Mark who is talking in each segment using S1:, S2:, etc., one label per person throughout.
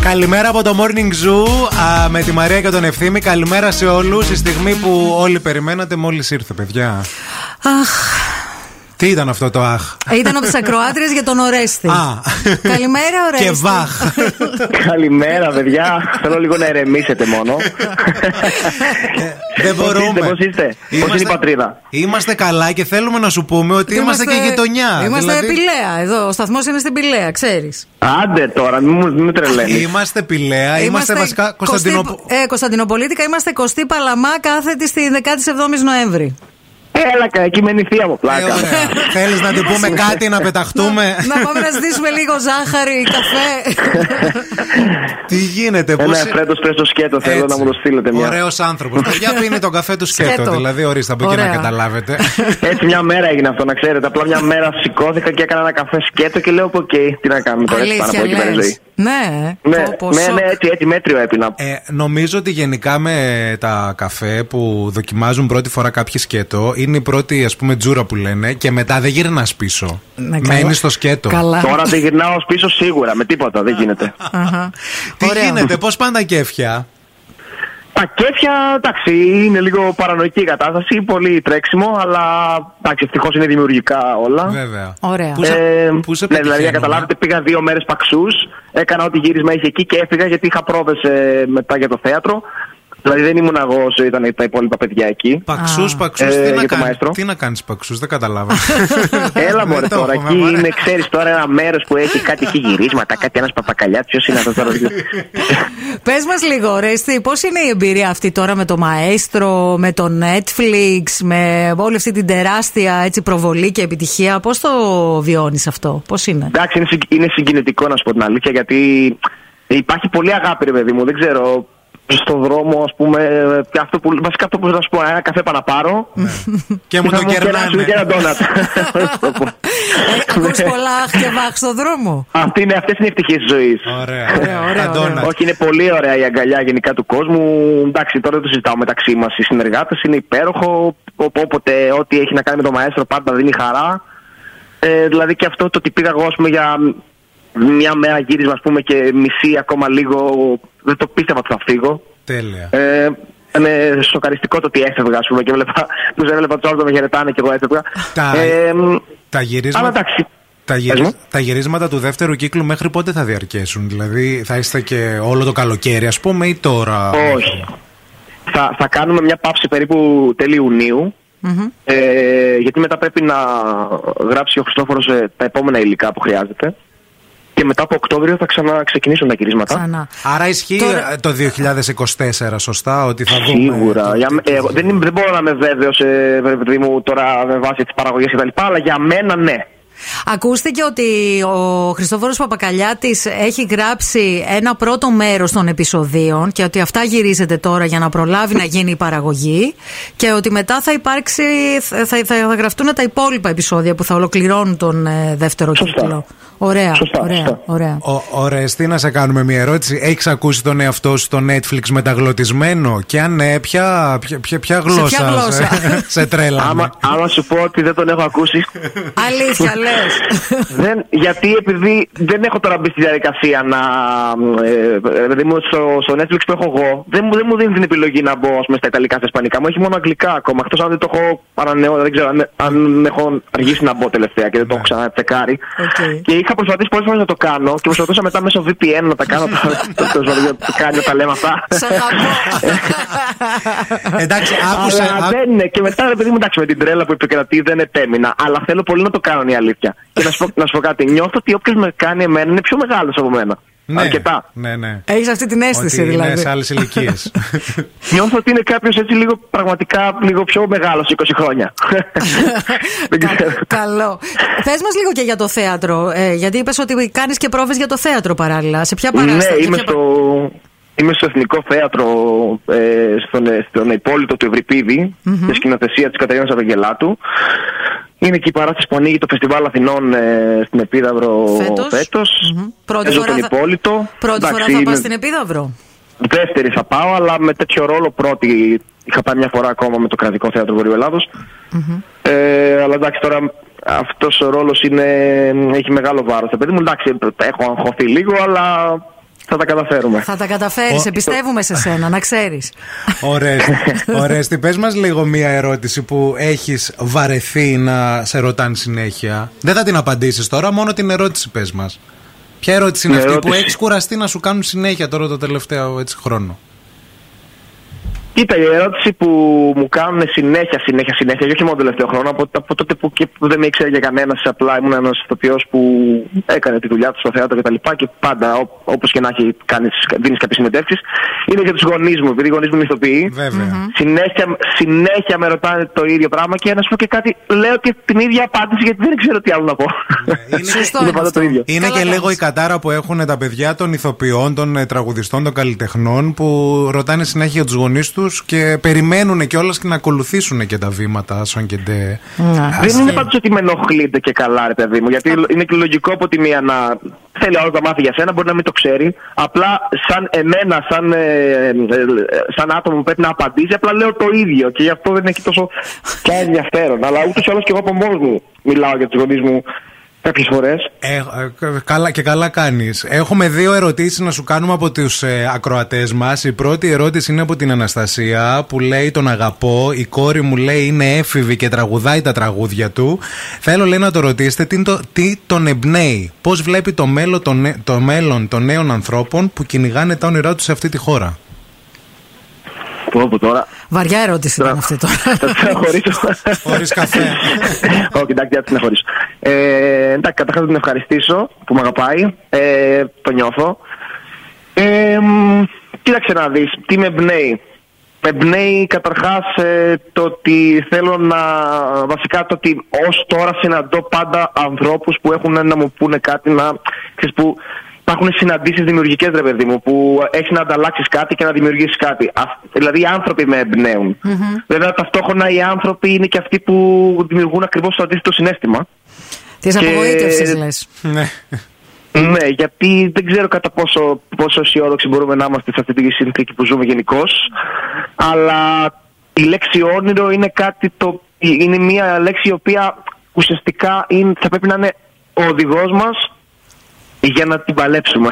S1: Καλημέρα από το Morning Zoo α, με τη Μαρία και τον Ευθύμη. Καλημέρα σε όλους. Η στιγμή που όλοι περιμένατε μόλις ήρθε, παιδιά.
S2: Αχ,
S1: Τι ήταν αυτό το αχ.
S2: ήταν από τις ακροάτριες για τον Ορέστη.
S1: Α.
S2: Καλημέρα, Ορέστη.
S1: Και βαχ.
S3: Καλημέρα, παιδιά. Θέλω λίγο να ερεμήσετε μόνο.
S1: Ε, Δεν
S3: Πώς
S1: μπορούμε.
S3: είστε, πώς είστε, πώς είναι η πατρίδα?
S1: Είμαστε καλά και θέλουμε να σου πούμε ότι είμαστε, και γειτονιά.
S2: Είμαστε
S1: Δηλαδή,
S2: πηλαία εδώ. Ο σταθμός είναι στην πηλαία, ξέρεις.
S3: Άντε τώρα, μην μου μην με τρελαίνεις.
S1: Είμαστε πηλαία, είμαστε, βασικά Κωνσταντινόπολη.
S2: Ε, Κωνσταντινοπολίτικα, είμαστε Κωστή Παλαμά, κάθετη στη 17η Νοέμβρη.
S3: Έλα, κα- εκεί μένει η θεία μου, πλάκα.
S1: Θέλει Ε, να την πούμε κάτι, να πεταχτούμε.
S2: να πάμε να ζητήσουμε λίγο ζάχαρη, καφέ.
S1: Τι γίνεται,
S3: Ένα
S1: πώς είναι-
S3: εφρέτο πρέστο σκέτο θέλω να
S1: Έτσι.
S3: μου το στείλετε μια.
S1: Ωραίος άνθρωπος. Παιδιά πίνει τον καφέ του σκέτο.
S2: Σκέτο.
S1: δηλαδή, ορίστε από εκεί να
S2: Ωραία.
S1: καταλάβετε.
S3: Έτσι μια μέρα έγινε αυτό, να ξέρετε. Απλά μια μέρα σηκώθηκα και έκανα ένα καφέ σκέτο και λέω: Οκ, τι να κάνουμε τώρα, έτσι πάνω από
S2: Αλήθεια,
S3: εκεί πέρα η
S2: λες.
S3: ζωή.
S2: Ναι,
S3: Ναι,
S2: πω, πω,
S3: ναι,
S2: σοκ.
S3: ναι, έτσι, έτσι μέτριο έπεινα.
S1: Ε, νομίζω ότι γενικά με τα καφέ που δοκιμάζουν πρώτη φορά κάποιοι σκέτο, είναι η πρώτη ας πούμε τζούρα που λένε και μετά δεν γυρνάς πίσω.
S2: Ναι, καλά.
S1: Μένεις στο σκέτο.
S2: Καλά.
S3: Τώρα δεν γυρνάω ως πίσω σίγουρα, με τίποτα, δεν γίνεται.
S2: Αχα.
S1: Τι
S2: Ωραία.
S1: γίνεται, πώς πάνε τα κέφια.
S3: Τα κέφια, εντάξει, είναι λίγο παρανοϊκή η κατάσταση, πολύ τρέξιμο, αλλά εντάξει, ευτυχώς είναι δημιουργικά όλα.
S1: Βέβαια.
S2: Ωραία.
S1: Πού σε,
S3: Ε,
S1: πού σε
S3: ναι, δηλαδή, για
S1: πετυχαίνουμε?
S3: καταλάβετε, πήγα δύο μέρες παξούς. Έκανα ό,τι γύρισμα είχε εκεί και έφυγα γιατί είχα πρόβες ε, μετά για το θέατρο. Δηλαδή, δεν ήμουν εγώ όσο ήταν τα υπόλοιπα παιδιά εκεί.
S1: Παξούς,
S2: Α.
S1: παξούς,
S3: Ε,
S1: τι,
S3: για
S1: να
S3: το
S1: κάνεις,
S3: μαέστρο.
S1: τι να κάνεις παξούς, δεν καταλάβα.
S3: Έλα
S1: Δεν
S3: μωρέ
S1: το
S3: τώρα,
S1: έχουμε,
S3: εκεί
S1: μωρέ.
S3: είναι, ξέρεις τώρα ένα μέρος που έχει κάτι εκεί γυρίσματα, κάτι ένας παπακαλιάς. Ποιος είναι αυτός τώρα.
S2: Πες μας λίγο, Ρέστη, πώς είναι η εμπειρία αυτή τώρα με το Μαέστρο, με το Netflix, με όλη αυτή την τεράστια έτσι, προβολή και επιτυχία. Πώς το βιώνεις αυτό, πώς είναι.
S3: Εντάξει, είναι, συγκ- είναι συγκινητικό να σου πω την αλήθεια, γιατί υπάρχει πολλή αγάπη, ρε παιδί μου. Δεν ξέρω, στον δρόμο, ας πούμε, και αυτό που, βασικά αυτό που να σου πω, ένα καφέ πάνω να πάρω.
S1: Ναι. και μου
S3: θα
S1: το
S3: και ένα
S1: κερνάνε.
S3: σουί και ένα ντόνατ. Ναι.
S2: Ε, Ακούς πολλά αχ και βάχ στον δρόμο.
S3: Αυτή είναι, αυτές είναι οι ευτυχίες της ζωής.
S1: Ωραία,
S2: Ωραία, ωραία,
S1: Τα ντόνατ.
S2: ωραία.
S3: Όχι, είναι πολύ ωραία η αγκαλιά γενικά του κόσμου. Εντάξει, τώρα δεν το συζητάω μεταξύ μας. Οι συνεργάτες είναι υπέροχο. Οπότε ό,τι έχει να κάνει με τον μαέστρο πάντα δίνει χαρά. Ε, δηλαδή και αυτό το ότι πήγα εγώ ας πούμε, για μια μέρα γύρισμα ας πούμε, και μισή ακόμα λίγο. Δεν το πίστευα ότι θα φύγω.
S1: Τέλεια.
S3: Ε, είναι σοκαριστικό το ότι έφευγα, ας πούμε, και βλέπα, τους έβλεπα τους άλλους να με χαιρετάνε και εγώ έφευγα.
S1: Τα-
S3: Ε, μ,
S1: Τα
S3: αλλά
S1: γυρίσματα.
S3: εντάξει.
S1: Τα, γυρι-
S3: Πες μου.
S1: τα γυρίσματα του δεύτερου κύκλου μέχρι πότε θα διαρκέσουν, Δηλαδή θα είστε και όλο το καλοκαίρι, ας πούμε, ή τώρα.
S3: Όχι. Θα, θα κάνουμε μια πάυση περίπου τέλη Ιουνίου, ε, γιατί μετά πρέπει να γράψει ο Χριστόφορος ε, τα επόμενα υλικά που χρειάζεται. Και μετά από Οκτώβριο θα ξαναξεκινήσουν τα γυρίσματα.
S2: Ξανά.
S1: Άρα ισχύει
S2: Τώρα-
S1: ε, το 2024, σωστά, ότι θα δούμε.
S3: Σίγουρα.
S1: το-
S3: Για,
S1: το-
S3: ε, εγώ δεν, είμαι- δεν μπορώ να είμαι βέβαιος, ε, ρε παιδί μου, τώρα με βάση τις παραγωγές και τα λοιπά, αλλά για μένα ναι.
S2: Ακούστηκε ότι ο Χριστόφορος Παπακαλιάτης έχει γράψει ένα πρώτο μέρος των επεισοδίων και ότι αυτά γυρίζεται τώρα για να προλάβει να γίνει η παραγωγή και ότι μετά θα υπάρξει, θα, θα, θα γραφτούν τα υπόλοιπα επεισόδια που θα ολοκληρώνουν τον ε, δεύτερο
S3: Σωστά.
S2: κύκλο. Ωραία,
S3: Σωστά,
S2: ωραία,
S3: σωστά.
S2: ωραία.
S1: Ο, ωραία, τι να σε κάνουμε μια ερώτηση. Έχεις ακούσει τον εαυτό σου στο Netflix μεταγλωτισμένο, και αν ναι, ποια, ποια, ποια, ποια γλώσσα.
S2: ποια γλώσσα?
S1: σε- σε τρέλα.
S3: Άμα, άμα σου πω ότι δεν τον έχω ακούσει,
S2: Αλήθεια λες.
S3: Δεν, γιατί επειδή δεν έχω τώρα μπει στη διαδικασία να. Ε, ε, παιδί μου, στο, στο Netflix που έχω εγώ, δεν μου, δεν μου δίνει την επιλογή να μπω ας πούμε, στα Ιταλικά, στα Ισπανικά. Μου έχει μόνο Αγγλικά ακόμα. Εκτός αν δεν το έχω ανανεώσει, δεν ξέρω αν, αν έχω αργήσει να μπω τελευταία και δεν το έχω ξανατσεκάρει.
S2: Οκ.
S3: Και είχα προσπαθήσει πολλές φορές να το κάνω και προσπαθούσα μετά μέσω VPN να τα κάνω. τα- το- το- το- το κάνει να τα λέμε αυτά.
S2: Σ' αγαπώ.
S1: Εντάξει, άκουσε.
S3: Αλλά
S1: άκου-
S3: δεν είναι. Και μετά, ρε παιδί μου, εντάξει, με την τρέλα που επικρατεί δεν επέμεινα. Αλλά θέλω πολύ να το κάνω, είναι η αλήθεια. Και να σου πω, να σου πω κάτι. Νιώθω ότι όποιος με κάνει εμένα είναι πιο μεγάλος από μένα.
S1: ναι,
S3: Αρκετά.
S1: Ναι, ναι.
S2: Έχεις αυτή την αίσθηση
S1: Ότι είναι
S2: δηλαδή.
S1: σε άλλες ηλικίες.
S3: Νιώθω ότι είναι κάποιος έτσι λίγο πραγματικά λίγο πιο μεγάλος 20 χρόνια. δεν ξέρω.
S2: Κα- Καλό. Πες μας λίγο και για το θέατρο. ε, γιατί είπες ότι κάνεις και πρόβες για το θέατρο παράλληλα. Σε ποια
S3: ναι,
S2: παράσταση.
S3: είμαι
S2: ποια
S3: στο, είμαι στο Εθνικό Θέατρο ε, στον, στον Υπόλοιπο του ευρυπιδη στη σκηνοθεσία της Καταρίνας Αβαγγελάτου. Είναι και η παράσταση που ανοίγει το Φεστιβάλ Αθηνών ε, στην Επίδαυρο
S2: Φέτος.
S3: φέτος.
S2: Μμμ. Πρώτη
S3: Παίζω
S2: φορά,
S3: τον
S2: θα...
S3: Υπόλοιπο.
S2: Πρώτη φορά
S3: Εντάξει,
S2: θα πα
S3: είναι-
S2: στην Επίδαυρο.
S3: Δεύτερη θα πάω, αλλά με τέτοιο ρόλο πρώτη. Είχα πάει μια φορά ακόμα με το Κρατικό Θέατρο Βορείου Ελλάδος. Ε, αλλά εντάξει, τώρα αυτός ο ρόλος έχει μεγάλο βάρος. Παιδί μου, εντάξει, έχω αγχωθεί λίγο, αλλά Θα τα καταφέρουμε.
S2: Θα τα καταφέρεις,
S1: Ο-
S2: πιστεύουμε σε σένα, να ξέρεις.
S1: Ωραία. Τι πες μας λίγο μία ερώτηση που έχεις βαρεθεί να σε ρωτάνε συνέχεια. Δεν θα την απαντήσεις τώρα, μόνο την ερώτηση πες μας. Ποια ερώτηση είναι
S3: Η
S1: αυτή που
S3: ερώτηση.
S1: έχεις κουραστεί να σου κάνουν συνέχεια τώρα το τελευταίο έτσι, χρόνο.
S3: Κοίτα, η ερώτηση που μου κάνουν συνέχεια, συνέχεια, συνέχεια, και όχι μόνο τον τελευταίο χρόνο, από, από τότε που, και που δεν με ήξερε για κανένας, απλά ήμουν ένας ηθοποιός που έκανε τη δουλειά του στο θέατρο κτλ. Και, τα λοιπά και πάντα, όπως και να έχει, δίνεις κάποιες συνεντεύξεις, είναι για τους γονείς μου, επειδή οι γονείς μου είναι ηθοποιοί.
S1: Βέβαια.
S3: Συνέχεια, συνέχεια με ρωτάνε το ίδιο πράγμα και να σου πω και κάτι, λέω και την ίδια απάντηση γιατί δεν ξέρω τι άλλο να πω.
S1: Είναι-
S2: Σωστό Ναι,
S3: είναι
S2: είναι
S3: πάντα
S2: αυτό.
S3: το ίδιο.
S1: Είναι
S2: Καλά
S1: και
S2: κάνεις.
S1: λίγο η κατάρα που έχουν τα παιδιά των ηθοποιών, των ε, τραγουδιστών, των καλλιτεχνών που ρωτάνε συνέχεια τους γονείς του και περιμένουν κιόλας και να ακολουθήσουν και τα βήματα, σαν και ντε.
S2: Να.
S3: Δεν είναι πάντως ότι με ενοχλείτε και καλά, ρε παιδί μου. Γιατί είναι και λογικό από τη μία να θέλει άλλο να τα μάθει για σένα, μπορεί να μην το ξέρει. Απλά σαν εμένα, σαν, ε, ε, ε, σαν άτομο που πρέπει να απαντήσει, απλά λέω το ίδιο. Και γι' αυτό δεν έχει τόσο πια ενδιαφέρον. Αλλά ούτως ή άλλως και εγώ από μόνος μου μιλάω για τους γονείς μου κάποιες φορές.
S1: Ε, ε, καλά και καλά κάνεις. Έχουμε δύο ερωτήσεις να σου κάνουμε από τους ε, ακροατές μας. Η πρώτη ερώτηση είναι από την Αναστασία που λέει τον αγαπώ. Η κόρη μου λέει είναι έφηβη και τραγουδάει τα τραγούδια του. Θέλω λέει να το ρωτήσετε τι, είναι το, τι τον εμπνέει. Πώς βλέπει το μέλλον, των, νε- το μέλλον των νέων ανθρώπων που κυνηγάνε τα όνειρά τους σε αυτή τη χώρα.
S3: Πω πω τώρα.
S2: Βαριά ερώτηση ήταν αυτή τώρα.
S3: Θα ξεχωρίσω.
S1: Χωρίς καφέ.
S3: Όχι, εντάξει, θα την χωρίσω. Ε, εντάξει, καταρχάς να την ευχαριστήσω που με αγαπάει. Ε, το νιώθω. Ε, μ, κοίταξε να δεις, τι με εμπνέει. Με εμπνέει καταρχάς ε, το ότι θέλω να... Βασικά το ότι ως τώρα συναντώ πάντα ανθρώπους που έχουν να μου πούνε κάτι να... Ξέρεις, που υπάρχουν συναντήσεις δημιουργικές ρε παιδί μου που έχεις να ανταλλάξεις κάτι και να δημιουργήσεις κάτι. Αυ- δηλαδή οι άνθρωποι με εμπνέουν. Βέβαια ταυτόχρονα οι άνθρωποι είναι και αυτοί που δημιουργούν ακριβώς το αντίθετο συνέστημα.
S2: Της
S3: Και-
S2: απογοήτευσης λες.
S1: ναι.
S3: Ναι, γιατί δεν ξέρω κατά πόσο, πόσο αισιόδοξοι μπορούμε να είμαστε σε αυτή τη συνθήκη που ζούμε γενικώς. Αλλά η λέξη όνειρο είναι κάτι το. είναι μια λέξη η οποία ουσιαστικά είναι, θα πρέπει να είναι ο οδηγός μας για να την παλέψουμε.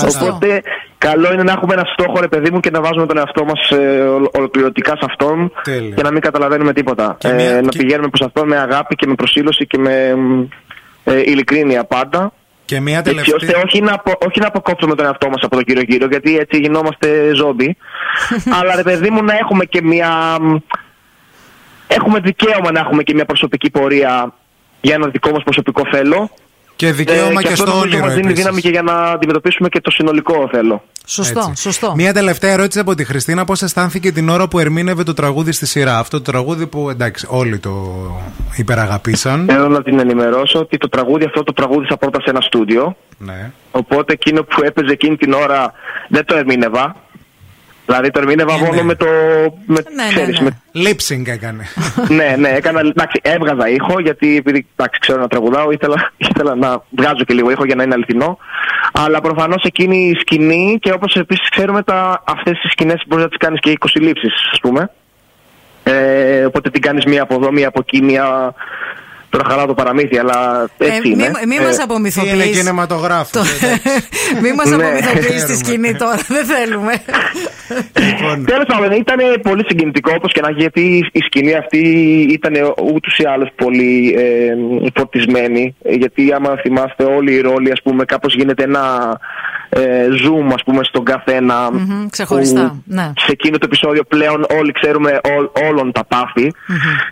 S1: Σωστό.
S3: Οπότε καλό είναι να έχουμε ένα στόχο, ρε παιδί μου, και να βάζουμε τον εαυτό μας ε, ολο- ολοκληρωτικά σε αυτόν
S1: Τέλεια.
S3: και να μην καταλαβαίνουμε τίποτα.
S1: Και μια-
S3: Ε, να
S1: και-
S3: πηγαίνουμε προς αυτόν με αγάπη και με προσήλωση και με ε, ειλικρίνεια πάντα.
S1: Και μια
S3: Έτσι ώστε
S1: τελευταία...
S3: όχι να, απο, όχι να αποκόψουμε τον εαυτό μας από τον κύριο γύρο, γιατί έτσι γινόμαστε ζόμπι. Αλλά ρε παιδί μου, να έχουμε και μια. μ, Έχουμε δικαίωμα να έχουμε και μια προσωπική πορεία για ένα δικό μας προσωπικό θέλω.
S1: Και δικαίωμα
S3: Ε,
S1: και,
S3: αυτό
S1: στο
S3: νομίζω
S1: όνειρο
S3: μας δίνει
S1: επίσης.
S3: δύναμη και για να αντιμετωπίσουμε και το συνολικό θέλω.
S2: Σωστό,
S1: Έτσι.
S2: σωστό.
S1: Μία τελευταία ερώτηση από τη Χριστίνα. Πώς αισθάνθηκε την ώρα που ερμήνευε το τραγούδι στη σειρά. Αυτό το τραγούδι που εντάξει, όλοι το υπεραγαπήσαν.
S3: Θέλω να την ενημερώσω ότι το τραγούδι αυτό το τραγούδισα πρώτα σε ένα στούντιο.
S1: ναι.
S3: Οπότε εκείνο που έπαιζε εκείνη την ώρα δεν το ερμήνευα. Δηλαδή το ερμήνευα
S1: Ναι, ναι.
S3: μόνο με το. Με,
S2: Ναι, ναι,
S3: ξέρεις,
S2: ναι.
S3: με
S1: Lip sync έκανε.
S3: ναι, ναι, έκανα. Εντάξει, έβγαζα ήχο γιατί επειδή εντάξει, ξέρω να τραγουδάω, ήθελα, ήθελα να βγάζω και λίγο ήχο για να είναι αληθινό. Αλλά προφανώς εκείνη η σκηνή και όπως επίσης ξέρουμε, τα, αυτές τις σκηνές μπορείς να τις κάνεις και 20 λήψεις, ας πούμε. Ε, οπότε την κάνεις μία από εδώ, μία από εκεί, μία. Τώρα χαρά το παραμύθι, αλλά έτσι
S2: Ε, μη
S3: είναι.
S2: μη
S3: Ε,
S2: μα
S1: Είναι ε,
S2: απομυθοποιεί.
S1: κινηματογράφο.
S2: Μη μας
S3: Ναι.
S2: απομυθοποιείς τη
S1: Χαίρομαι.
S2: σκηνή τώρα. Δεν θέλουμε.
S1: λοιπόν,
S3: Τέλος πάντων, ήταν πολύ συγκινητικό όπως και να έχει, γιατί η σκηνή αυτή ήταν ούτως ή άλλως πολύ ε, φορτισμένη. ε, Γιατί άμα θυμάστε, όλοι οι ρόλοι, ας πούμε, κάπως γίνεται ένα ε, zoom, ας πούμε, στον καθενα
S2: Μμμ, ξεχωριστά, ναι.
S3: Σε εκείνο το επεισόδιο πλέον όλοι ξέρουμε ό- όλων τα παθη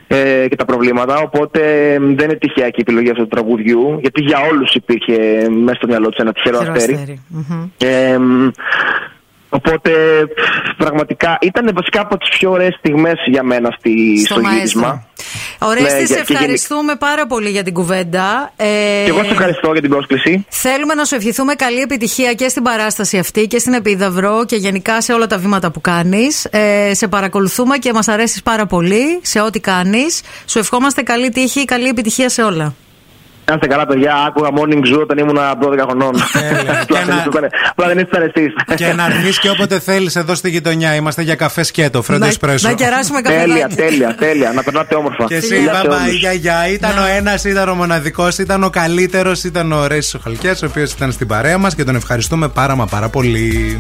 S3: ε, και τα προβλήματα. Οπότε ε, δεν είναι τυχαία και η επιλογή αυτού του τραγουδιού, γιατί για όλους υπήρχε ε, μέσα στο μυαλό τους ένα τυχερό
S2: Χειρό
S3: αστέρι.
S2: αστέρι. Μμμ.
S3: Ε, μ, οπότε πφ, πραγματικά ήταν βασικά από τις πιο ωραίες στιγμές για μένα στη, στο, γύρισμα.
S2: Ωραία,
S3: Ναι,
S2: σε
S3: για- και γενικ-
S2: ευχαριστούμε πάρα πολύ για την κουβέντα. Ε,
S3: Και εγώ σε ευχαριστώ για την πρόσκληση.
S2: Θέλουμε να σου ευχηθούμε καλή επιτυχία και στην παράσταση αυτή και στην Επίδαυρο και γενικά σε όλα τα βήματα που κάνεις. Ε, σε παρακολουθούμε και μας αρέσεις πάρα πολύ σε ό,τι κάνεις. Σου ευχόμαστε καλή τύχη, καλή επιτυχία σε όλα.
S3: Κάντε καλά, παιδιά. Άκουγα morning zoo όταν ήμουν 12 χρονών.
S1: Τέλεια. Και να-
S3: Απλά δεν ήσασταν εσεί.
S1: Και να έρθεις και όποτε θέλεις εδώ στη γειτονιά. Είμαστε για καφέ σκέτο, φρέντο
S2: Να,
S1: εσπρέσο.
S2: να κεράσουμε
S3: Τέλεια,
S2: καφεδάκι.
S3: τέλεια, τέλεια. Να περνάτε όμορφα.
S1: Και εσύ,
S3: Φιλιά σε
S1: μπαμπά,
S3: όλους.
S1: γεια, γεια. Ήταν ο ένας, ήταν ο μοναδικός, ήταν ο καλύτερος, ήταν ο Ρέση Σοχαλκιά, ο οποίος ήταν στην παρέα μας και τον ευχαριστούμε πάρα μα πάρα πολύ.